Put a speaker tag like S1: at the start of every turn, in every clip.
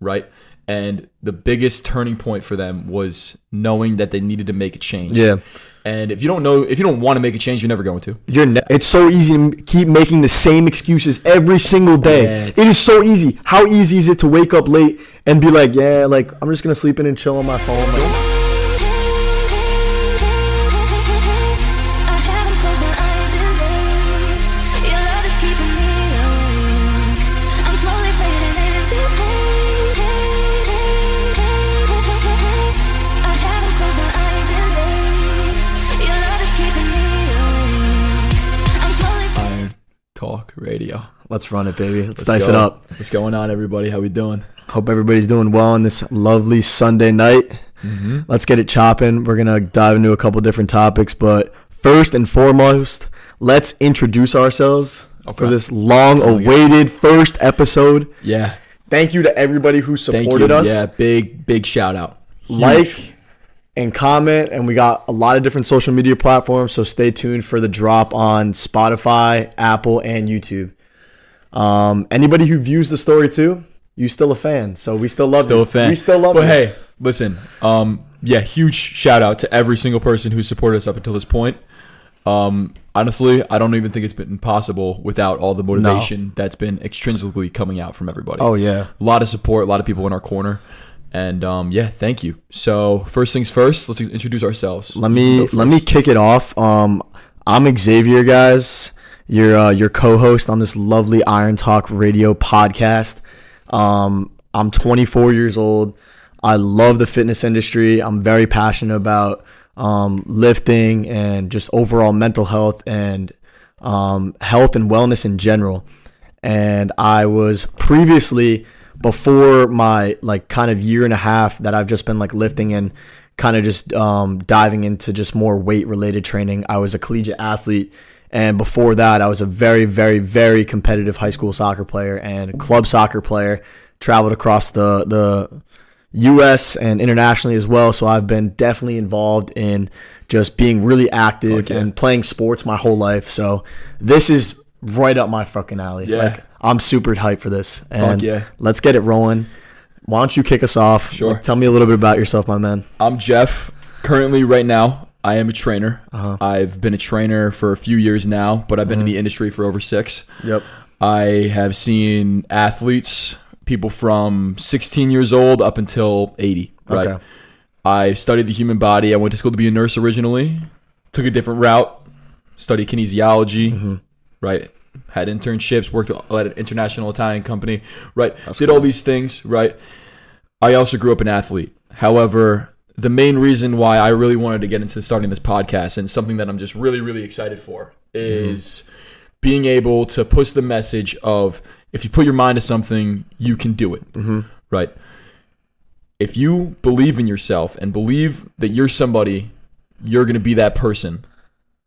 S1: right? And the biggest turning point for them was knowing that they needed to make a change.
S2: Yeah.
S1: And if you don't know, if you don't want to make a change, you're never going to.
S2: You're ne- it's so easy to keep making the same excuses every single day.
S1: Yeah,
S2: it is so easy. How easy is it to wake up late and be like, yeah, like I'm just gonna sleep in and chill on my phone. Like,
S3: I haven't closed my eyes in days. Your love is keeping me awake. I'm slowly fading in this haze. I haven't closed my eyes in days. Your love is keeping me awake. I'm slowly.
S1: Iron Talk Radio.
S2: Let's run it, baby. Let's,
S1: Let's
S2: dice
S1: go.
S2: it up.
S1: What's going on, everybody? How we doing?
S2: Hope everybody's doing well on this lovely Sunday night.
S1: Mm-hmm.
S2: Let's get it chopping. We're gonna dive into a couple different topics, but first and foremost, let's introduce ourselves for
S1: Okay.
S2: this long-awaited first episode.
S1: Yeah.
S2: Thank you to everybody who
S1: Thank
S2: supported
S1: you.
S2: us.
S1: Yeah. Big big shout out. Huge.
S2: like and comment and we got a lot of different social media platforms so stay tuned for the drop on spotify apple and youtube um, anybody who views the story too you still a fan so we still love
S1: still
S2: you
S1: a fan.
S2: we still love
S1: But
S2: you
S1: hey, listen. Um, yeah, huge shout out to every single person who supported us up until this point. Um, honestly, I don't even think it's been possible without all the motivation that's been extrinsically coming out from everybody.
S2: oh yeah
S1: a lot of support, a lot of people in our corner, and um, yeah, thank you. So first things first, let's introduce ourselves.
S2: let me
S1: Go
S2: let me kick it off um, i'm xavier guys your uh, your co-host on this lovely iron talk radio podcast um, i'm 24 years old i love the fitness industry i'm very passionate about um, lifting and just overall mental health and um, health and wellness in general and I was previously before my like kind of year and a half that I've just been like lifting and kind of just um, diving into just more weight related training. I was a collegiate athlete, and before that, I was a very, very, very competitive high school soccer player and club soccer player. Traveled across the the U.S. and internationally as well. So I've been definitely involved in just being really active and playing sports my whole life. So this is right up my fucking alley.
S1: Yeah.
S2: Like I'm super hyped for this. And
S1: yeah.
S2: let's get it rolling. Why don't you kick us off?
S1: Sure.
S2: Like, tell me a little bit about yourself, my man.
S1: I'm Jeff. Currently, right now, I am a trainer.
S2: Uh-huh.
S1: I've been a trainer for a few years now, but I've
S2: Mm-hmm.
S1: been in the industry for over six.
S2: Yep.
S1: I have seen athletes, people from 16 years old up until 80. Right.
S2: Okay.
S1: I studied the human body. I went to school to be a nurse originally. Took a different route. Studied kinesiology. Right. Had internships. Worked at an international Italian company. Right. Did all these things. Right. I also grew up an athlete. However, the main reason why I really wanted to get into starting this podcast and something that I'm just really, really excited for is being able to push the message of if you put your mind to something, you can do it. Mm-hmm. Right. If you believe in yourself and believe that you're somebody, you're going to be that person.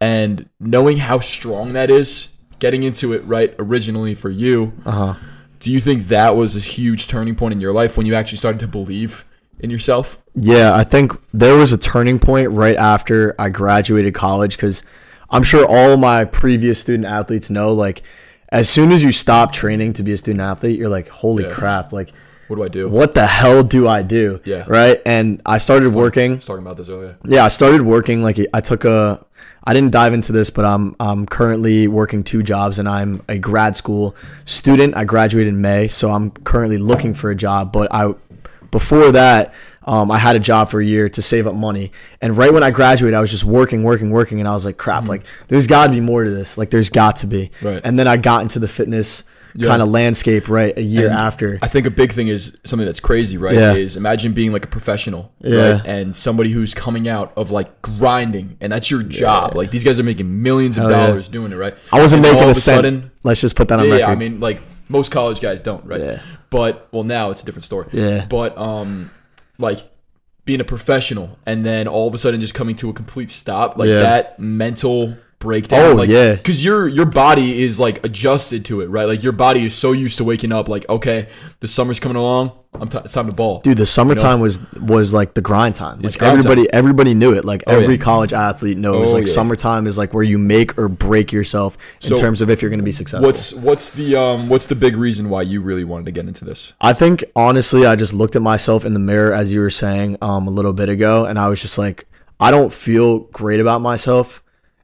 S1: And knowing how strong that is, getting into it right originally for you,
S2: Uh huh.
S1: do you think that was a huge turning point in your life when you actually started to believe in yourself?
S2: Yeah, I think there was a turning point right after I graduated college because I'm sure all my previous student athletes know like as soon as you stop training to be a student athlete, you're like, holy
S1: Yeah.
S2: crap, like
S1: What do I do?
S2: what the hell do I do?
S1: Yeah.
S2: Right. And I started working.
S1: I was talking about this earlier.
S2: Yeah, I started working. Like I took a, I didn't dive into this, but I'm I'm currently working two jobs, and I'm a grad school student. I graduated in May, so I'm currently looking for a job. But I, before that, um, I had a job for a year to save up money, and right when I graduated, I was just working, working, working, and I was like, crap, like there's got to be more to this. Like there's got to be.
S1: Mm-hmm. Right.
S2: And then I got into the fitness kind of landscape right a year after.
S1: I think a big thing is something that's crazy, right?
S2: Yeah.
S1: Is imagine being like a professional,
S2: Yeah.
S1: right? And somebody who's coming out of like grinding, and that's your job. Like these guys are making millions of
S2: yeah.
S1: dollars doing it, right?
S2: I wasn't
S1: And then
S2: making
S1: all
S2: a
S1: of
S2: cent. Let's just put that on
S1: yeah,
S2: record.
S1: I mean, like most college guys don't, right?
S2: Yeah.
S1: But well, now it's a different story.
S2: Yeah.
S1: But um, like being a professional and then all of a sudden just coming to a complete stop, like
S2: Yeah.
S1: that mental breakdown.
S2: Oh,
S1: like,
S2: yeah.
S1: because your your body is like adjusted to it, right? Like your body is so used to waking up, like okay, the summer's coming along. I'm t- it's time to ball,
S2: Dude, the summertime was was like the grind time.
S1: It's
S2: Like
S1: grind Oh,
S2: everybody, everybody knew it. Like every
S1: yeah.
S2: college athlete knows.
S1: Oh,
S2: like
S1: yeah.
S2: summertime is like where you make or break yourself in
S1: So,
S2: terms of if you're going to be successful.
S1: What's what's the um what's the big reason why you really wanted to get into this?
S2: I think honestly, I just looked at myself in the mirror as you were saying um, a little bit ago, and I was just like, I don't feel great about myself,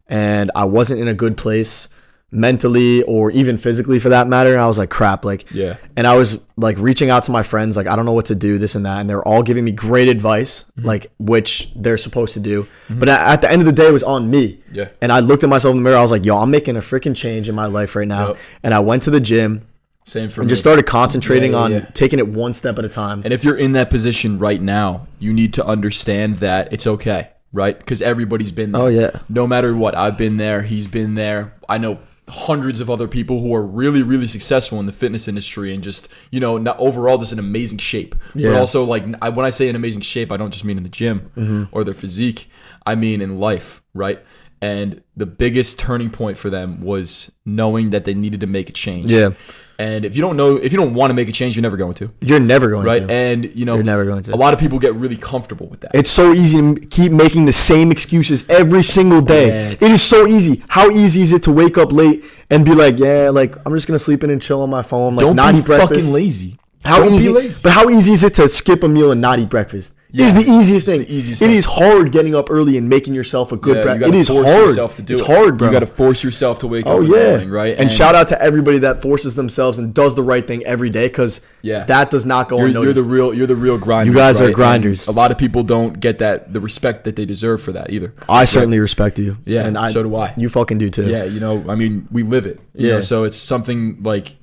S2: and I wasn't in a good place mentally or even physically for that matter. And I was like, crap, like,
S1: Yeah.
S2: And I was like reaching out to my friends, like, I don't know what to do, this and that, and they're all giving me great advice,
S1: Mm-hmm.
S2: like which they're supposed to do. But a- at the end of the day, it was on me.
S1: Yeah.
S2: And I looked at myself in the mirror. I was like, yo, I'm making a freaking change in my life right now.
S1: Yep.
S2: And I went to the gym
S1: Same for
S2: and
S1: me.
S2: just started concentrating
S1: Yeah, yeah,
S2: on
S1: yeah.
S2: taking it one step at a time.
S1: And if you're in that position right now, you need to understand that it's okay, right? Because everybody's been there.
S2: Oh, yeah.
S1: No matter what, I've been there. He's been there. I know hundreds of other people who are really, really successful in the fitness industry and just, you know, not overall just in amazing shape. But
S2: Yeah.
S1: also, like, I, when I say in amazing shape, I don't just mean in the gym
S2: Mm-hmm.
S1: or their physique. I mean in life, right? And the biggest turning point for them was knowing that they needed to make a change.
S2: Yeah.
S1: And if you don't know, if you don't want to make a change, you're never going to
S2: You're never going
S1: right?
S2: to.
S1: And you know,
S2: You're never going to.
S1: A lot of people get really comfortable with that.
S2: it's so easy to m- keep making the same excuses every single day.
S1: Yeah,
S2: it is so easy. How easy is it to wake up late and be like, yeah, like I'm just gonna sleep in and chill on my phone, like
S1: Don't
S2: not
S1: be
S2: eat breakfast.
S1: fucking lazy.
S2: How
S1: Don't be
S2: easy?
S1: lazy.
S2: But how easy is it to skip a meal and not eat breakfast?
S1: Yeah,
S2: It's the
S1: it's
S2: easiest
S1: the
S2: thing.
S1: easiest
S2: It
S1: thing.
S2: is hard getting up early and making yourself a good
S1: Yeah, you
S2: breakfast.
S1: gotta
S2: It is
S1: force
S2: hard.
S1: yourself to do
S2: it's
S1: it.
S2: hard, bro.
S1: You got to force yourself to wake
S2: Oh
S1: up. in the
S2: yeah,
S1: morning, right.
S2: And, shout out to everybody that forces themselves and does the right thing every day, because
S1: Yeah.
S2: that does not go
S1: You're, you're
S2: unnoticed.
S1: the real. You're the real grinders.
S2: You guys are
S1: right? And
S2: grinders.
S1: a lot of people don't get that the respect that they deserve for that either.
S2: I certainly respect you.
S1: Yeah,
S2: and I,
S1: so do I.
S2: You fucking do too.
S1: yeah, you know, I mean, we live it. You know,
S2: Yeah.
S1: so it's something like,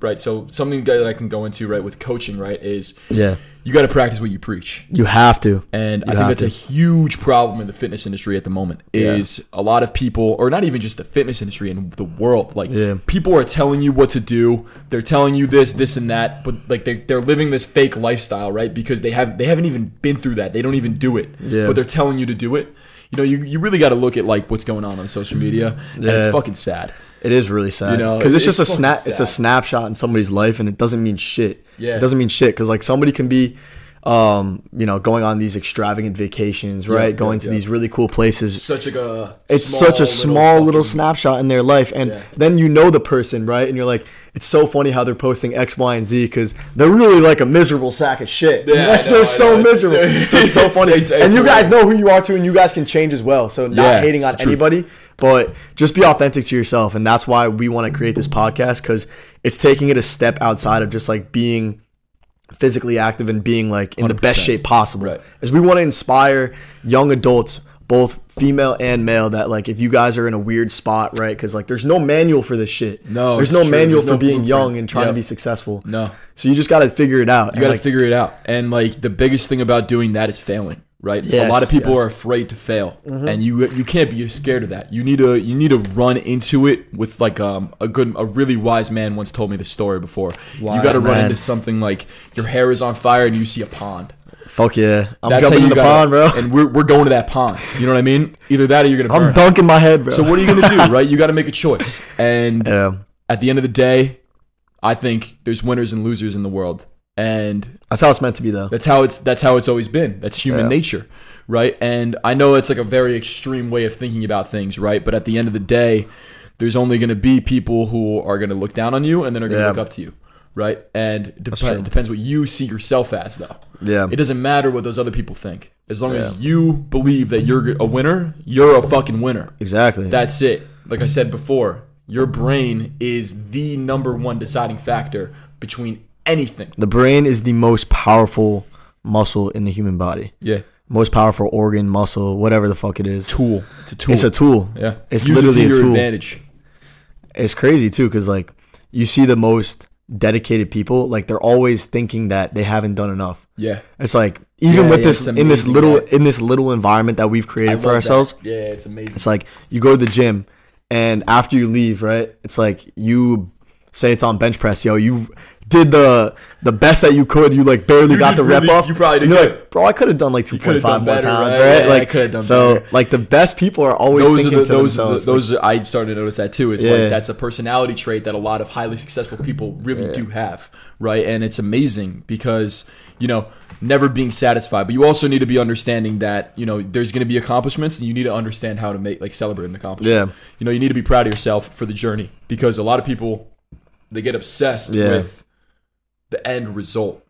S1: right. So something that I can go into right with coaching, right, is
S2: yeah.
S1: you got to practice what you preach.
S2: You have to.
S1: And I think
S2: have
S1: that's
S2: to.
S1: a huge problem in the fitness industry at the moment.
S2: Yeah.
S1: Is a lot of people, or not even just the fitness industry in the world, like
S2: Yeah.
S1: people are telling you what to do. They're telling you this, this, and that, but like they they're living this fake lifestyle, right? Because they have they haven't even been through that. They don't even do it,
S2: Yeah.
S1: but they're telling you to do it. You know, you, you really got to look at like what's going on on social media, and it's
S2: Yeah.
S1: fucking sad.
S2: It is really sad.
S1: You know,
S2: because it's,
S1: it's
S2: just a
S1: fucking
S2: snap. It's a
S1: sad.
S2: snapshot in somebody's life, and it doesn't mean shit.
S1: Yeah.
S2: It doesn't mean shit because like somebody can be, um, you know, going on these extravagant vacations, right?
S1: yeah,
S2: going to
S1: yeah.
S2: these really cool places.
S1: Such like a
S2: it's such a small little, snapshot in their life and
S1: Yeah.
S2: then you know the person right and you're like it's so funny how they're posting x y and z because they're really like a miserable sack of shit
S1: Yeah, I
S2: Like,
S1: know, I
S2: they're so
S1: know. It's so-
S2: miserable so it's so
S1: it's-
S2: funny
S1: it's- it's
S2: and you guys
S1: weird.
S2: know who you are too and you guys can change as well so not
S1: Yeah,
S2: hating
S1: it's
S2: on
S1: the truth.
S2: anybody but just be authentic to yourself and that's why we want to create this podcast because it's taking it a step outside of just like being physically active and being like in the best
S1: 100%.
S2: shape possible
S1: Right.
S2: is we want to inspire young adults both female and male that like if you guys are in a weird spot right because like there's no manual for this shit
S1: No,
S2: there's
S1: it's
S2: no
S1: true.
S2: manual
S1: There's
S2: for
S1: no
S2: being
S1: blueprint.
S2: young and trying
S1: Yeah.
S2: to be successful
S1: No.
S2: so you just got to figure it out
S1: You got to figure it out. And like the biggest thing about doing that is failing, right? a
S2: Yes,
S1: lot of people
S2: yes. Mm-hmm.
S1: are afraid to fail, and you you can't be scared of that. You need to you need to run into it with like um a good a really wise man once told me the story before. you
S2: Wise
S1: got to run
S2: man.
S1: into something like your hair is on fire and you see a pond.
S2: fuck yeah i'm
S1: That's how
S2: jumping
S1: you
S2: in the
S1: gotta-
S2: pond bro
S1: And we're we're going to that pond. You know what I mean? Either that or you're gonna. Burn.
S2: i'm dunking my head bro
S1: So what are you gonna do, right? You got to make a choice. And
S2: yeah
S1: at the end of the day, I think there's winners and losers in the world, and
S2: that's how it's meant to be though
S1: that's how it's that's how it's always been. That's human
S2: Yeah.
S1: nature, right? And I know it's like a very extreme way of thinking about things, right? But at the end of the day, there's only going to be people who are going to look down on you and then are going to
S2: Yeah.
S1: look up to you, right? And it
S2: true.
S1: dep- depends what you see yourself as, though.
S2: Yeah.
S1: it doesn't matter what those other people think. As long as you believe that you're a winner, you're a fucking winner.
S2: exactly
S1: That's it. Like I said before, your brain is the number one deciding factor between anything.
S2: the brain is the most powerful muscle in the human body
S1: Yeah.
S2: most powerful organ muscle whatever the fuck it is
S1: Tool. It's a tool.
S2: it's a tool
S1: Yeah,
S2: it's
S1: Use it to
S2: literally
S1: your
S2: a tool
S1: advantage.
S2: it's crazy too because like you see the most dedicated people like they're always thinking that they haven't done enough
S1: Yeah,
S2: it's like even
S1: Yeah,
S2: with
S1: yeah,
S2: this
S1: it's
S2: in this
S1: amazing,
S2: little
S1: right?
S2: in this little environment that we've created for ourselves
S1: Yeah, it's amazing.
S2: it's like you go to the gym and after you leave right it's like you say it's on bench press yo you did the the best that you could. You like barely
S1: You
S2: got
S1: did
S2: the rep
S1: really-
S2: off.
S1: you probably did
S2: And you're
S1: good.
S2: like, bro, I could have done like two point
S1: could've
S2: five
S1: done
S2: more
S1: better,
S2: pounds,
S1: right?
S2: right?
S1: Yeah,
S2: like
S1: I could've done
S2: so,
S1: better.
S2: like the best people are always
S1: those are
S2: thinking
S1: the,
S2: to
S1: those are the,
S2: themselves.
S1: those are, I started to notice that too. It's
S2: Yeah.
S1: like that's a personality trait that a lot of highly successful people really do have, right? And it's amazing because you know never being satisfied, but you also need to be understanding that you know there's going to be accomplishments, and you need to understand how to make like celebrate an accomplishment.
S2: Yeah.
S1: you know you need to be proud of yourself for the journey because a lot of people they get obsessed
S2: Yeah.
S1: with the end result,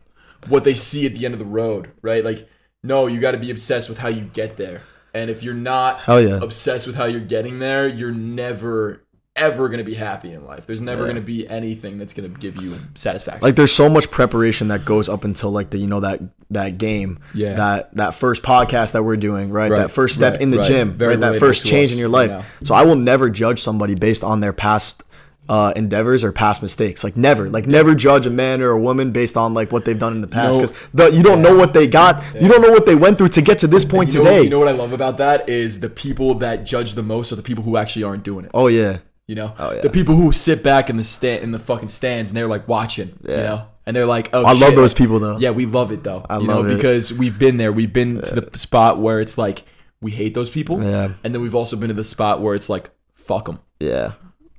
S1: what they see at the end of the road, right? Like no, you got to be obsessed with how you get there. And if you're not
S2: Hell yeah.
S1: obsessed with how you're getting there, you're never ever going to be happy in life. There's never going to be anything that's going to give you satisfaction.
S2: like there's so much preparation that goes up until like the you know that that game
S1: Yeah.
S2: that that first podcast that we're doing right,
S1: Right,
S2: that first step
S1: right,
S2: in the
S1: right.
S2: gym
S1: Very
S2: right that
S1: relatable
S2: first
S1: to
S2: change
S1: us
S2: in your life
S1: right now.
S2: so i will never judge somebody based on their past uh, endeavors or past mistakes like never like never judge a man or a woman based on like what they've done in the past
S1: No.
S2: because you don't know what they got you don't know what they went through to get to this point
S1: you know,
S2: today
S1: you know what I love about that is the people that judge the most are the people who actually aren't doing it.
S2: oh yeah
S1: You know,
S2: Oh, yeah.
S1: the people who sit back in the stand in the fucking stands and they're like watching. You know, and they're like, oh,
S2: i love
S1: shit.
S2: those people though
S1: Yeah, we love it though. I you
S2: love
S1: know,
S2: it.
S1: because we've been there. We've been to the spot where it's like we hate those people.
S2: Yeah.
S1: and then we've also been to the spot where it's like fuck them,
S2: yeah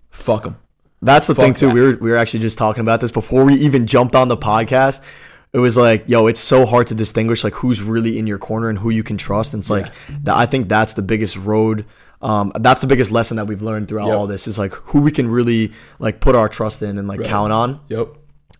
S1: fuck them.
S2: That's the thing
S1: Fuck
S2: too.
S1: that.
S2: We were we were actually just talking about this before we even jumped on the podcast. It was like, yo, it's so hard to distinguish like who's really in your corner and who you can trust. And it's like that. I think that's the biggest road. Um, that's the biggest lesson that we've learned throughout
S1: Yep.
S2: all this is like who we can really like put our trust in and like count on
S1: Yep.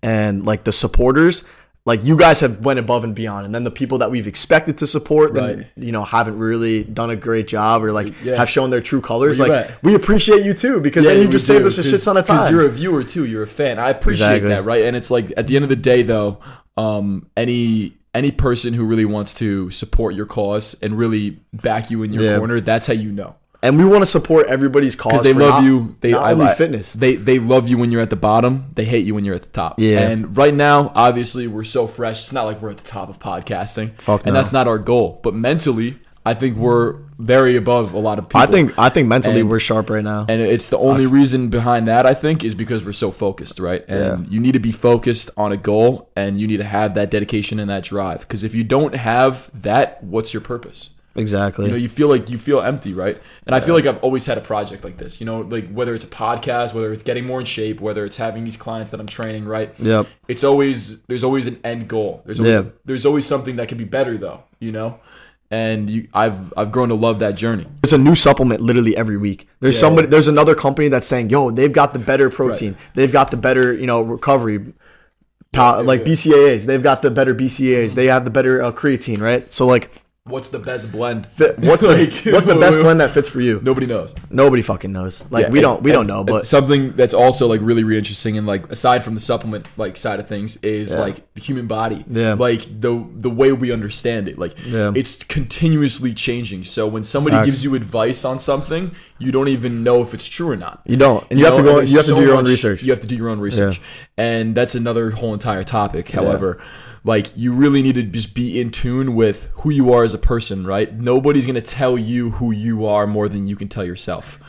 S2: and like the supporters like you guys have went above and beyond and then the people that we've expected to support then
S1: Right.
S2: you know haven't really done a great job or like
S1: Yeah.
S2: have shown their true colors
S1: Where you
S2: like
S1: at?
S2: we appreciate you too because
S1: Yeah,
S2: then you
S1: we
S2: just saved
S1: do,
S2: us a shit
S1: 'cause-
S2: ton of
S1: 'cause
S2: time
S1: You're a viewer too. You're a fan. I appreciate
S2: Exactly.
S1: that, right? And it's like at the end of the day, though, um, any any person who really wants to support your cause and really back you in your
S2: Yeah.
S1: corner, that's how you know.
S2: and we want to support everybody's cause
S1: Because they
S2: for
S1: love
S2: not-
S1: you. They
S2: not
S1: I
S2: only
S1: li-
S2: fitness
S1: They they love you when you're at the bottom. They hate you when you're at the top.
S2: Yeah.
S1: And right now, obviously, we're so fresh. It's not like we're at the top of podcasting.
S2: Fuck
S1: And
S2: no.
S1: that's not our goal. But mentally, I think we're very above a lot of people.
S2: I think I think mentally
S1: And-
S2: we're sharp right now
S1: And it's the only reason behind that, I think, is because we're so focused, right? And you need to be focused on a goal and you need to have that dedication and that drive. Because if you don't have that, what's your purpose?
S2: exactly
S1: You know, you feel like you feel empty, right? And I feel like I've always had a project like this, you know, like whether it's a podcast, whether it's getting more in shape, whether it's having these clients that I'm training, right?
S2: Yep.
S1: It's always, there's always an end goal. There's always,
S2: Yeah.
S1: there's always something that can be better though, you know? And you, I've, I've grown to love that journey.
S2: There's a new supplement literally every week. There's
S1: Yeah.
S2: somebody. There's another company that's saying, "Yo, they've got the better protein. They've got the better, you know, recovery, pow- like BCAAs. They've got the better BCAAs. They have the better uh, creatine, right? So like,
S1: What's the best blend?
S2: th- what's the what's the best blend that fits for you?
S1: Nobody knows.
S2: Nobody fucking knows. Like
S1: Yeah,
S2: we
S1: and-
S2: don't we
S1: and-
S2: don't know,
S1: and
S2: but
S1: something that's also like really really interesting and like aside from the supplement like side of things is like the human body,
S2: Yeah.
S1: like the the way we understand it, like
S2: Yeah.
S1: it's continuously changing. So when somebody
S2: Facts.
S1: gives you advice on something, you don't even know if it's true or not.
S2: you don't, and you, have to
S1: know,
S2: go.
S1: and
S2: You have
S1: there's
S2: to do
S1: so
S2: your own
S1: much-
S2: research.
S1: You have to do your own research, and that's another whole entire topic. However. Like you really need to just be in tune with who you are as a person, right? Nobody's gonna tell you who you are more than you can tell yourself.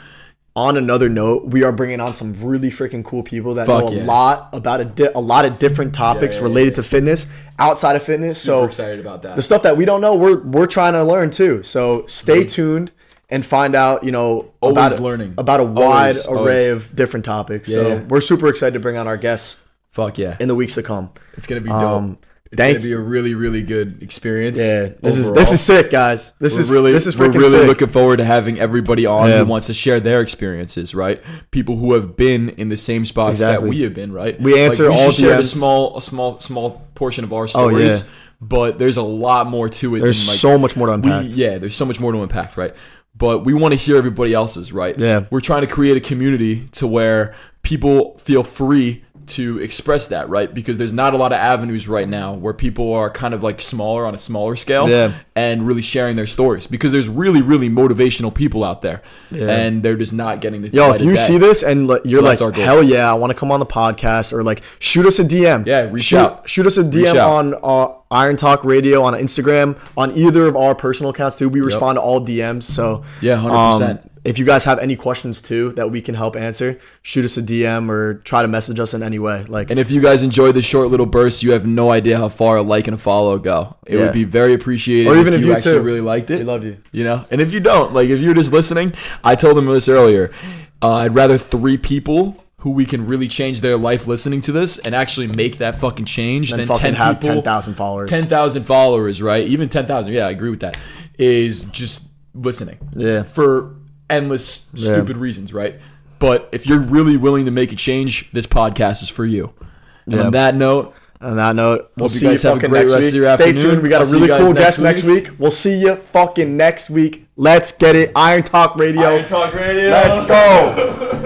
S2: on another note, we are bringing on some really freaking cool people that
S1: Fuck
S2: know a
S1: yeah.
S2: lot about a, di- a lot of different topics
S1: yeah,
S2: related to fitness, outside of fitness. so
S1: Super excited about that.
S2: The stuff that we don't know, we're we're trying to learn too. So stay tuned and find out, you know,
S1: Always
S2: about
S1: learning.
S2: about a wide
S1: Always,
S2: array of different topics. so
S1: yeah.
S2: we're super excited to bring on our guests
S1: Fuck yeah.
S2: in the weeks to come.
S1: It's gonna be dope.
S2: Um,
S1: it's
S2: thank-
S1: gonna be a really, really good experience.
S2: Yeah, this is
S1: overall.
S2: this is sick, guys. This
S1: We're
S2: is
S1: really,
S2: really this is
S1: we're
S2: freaking
S1: really
S2: sick.
S1: looking forward to having everybody on
S2: Yeah.
S1: who wants to share their experiences, right? People who have been in the same spots
S2: Exactly.
S1: that we have been, right?
S2: We answer
S1: we
S2: all
S1: shared a
S2: DMs.
S1: small, a small, small portion of our stories,
S2: yeah.
S1: but there's a lot more to it.
S2: There's
S1: than, like,
S2: so much more to unpack.
S1: we, yeah, there's so much more to unpack, right? But we want to hear everybody else's, right?
S2: Yeah.
S1: We're trying to create a community to where people feel free to express that, right? Because there's not a lot of avenues right now where people are kind of like smaller on a smaller scale
S2: Yeah.
S1: and really sharing their stories because there's really, really motivational people out there and they're just not getting the.
S2: Yo,
S1: light
S2: if
S1: of
S2: you
S1: day.
S2: see this and like, you're
S1: So
S2: like,
S1: that's our goal.
S2: hell yeah, I want to come on the podcast, or like, shoot us a DM.
S1: Yeah, reach
S2: shoot,
S1: out.
S2: Shoot us a DM
S1: out.
S2: on uh, Iron Talk Radio on Instagram on either of our personal accounts too. We respond to all DMs, so
S1: Yeah, 100%.
S2: um, if you guys have any questions too that we can help answer, shoot us a DM or try to message us in any way. Like,
S1: And if you guys enjoyed this short little burst, you have no idea how far a like and a follow go. It
S2: Yeah.
S1: would be very appreciated.
S2: Or even if you
S1: actually
S2: too.
S1: really liked it.
S2: we love you.
S1: You know, and if you don't, like if you're just listening, I told them this earlier. Uh, I'd rather three people who we can really change their life listening to this and actually make that fucking change
S2: Then
S1: than
S2: fucking
S1: ten
S2: have
S1: people,
S2: 10,000 followers.
S1: ten thousand followers, right? Even ten thousand, yeah, I agree with that. Is just listening,
S2: Yeah.
S1: for endless stupid reasons, right? But if you're really willing to make a change, this podcast is for you. And
S2: Yeah.
S1: on that note,
S2: On that note,
S1: Hope
S2: we'll
S1: you
S2: see you
S1: guys have a
S2: fucking
S1: great
S2: next
S1: rest
S2: week.
S1: of your
S2: Stay
S1: afternoon.
S2: tuned. We got
S1: I'll
S2: a
S1: see you
S2: really
S1: guys
S2: cool
S1: next
S2: guest next week. We'll see you fucking next week. Let's get it. Iron Talk Radio.
S1: Talk Radio.
S2: Let's go.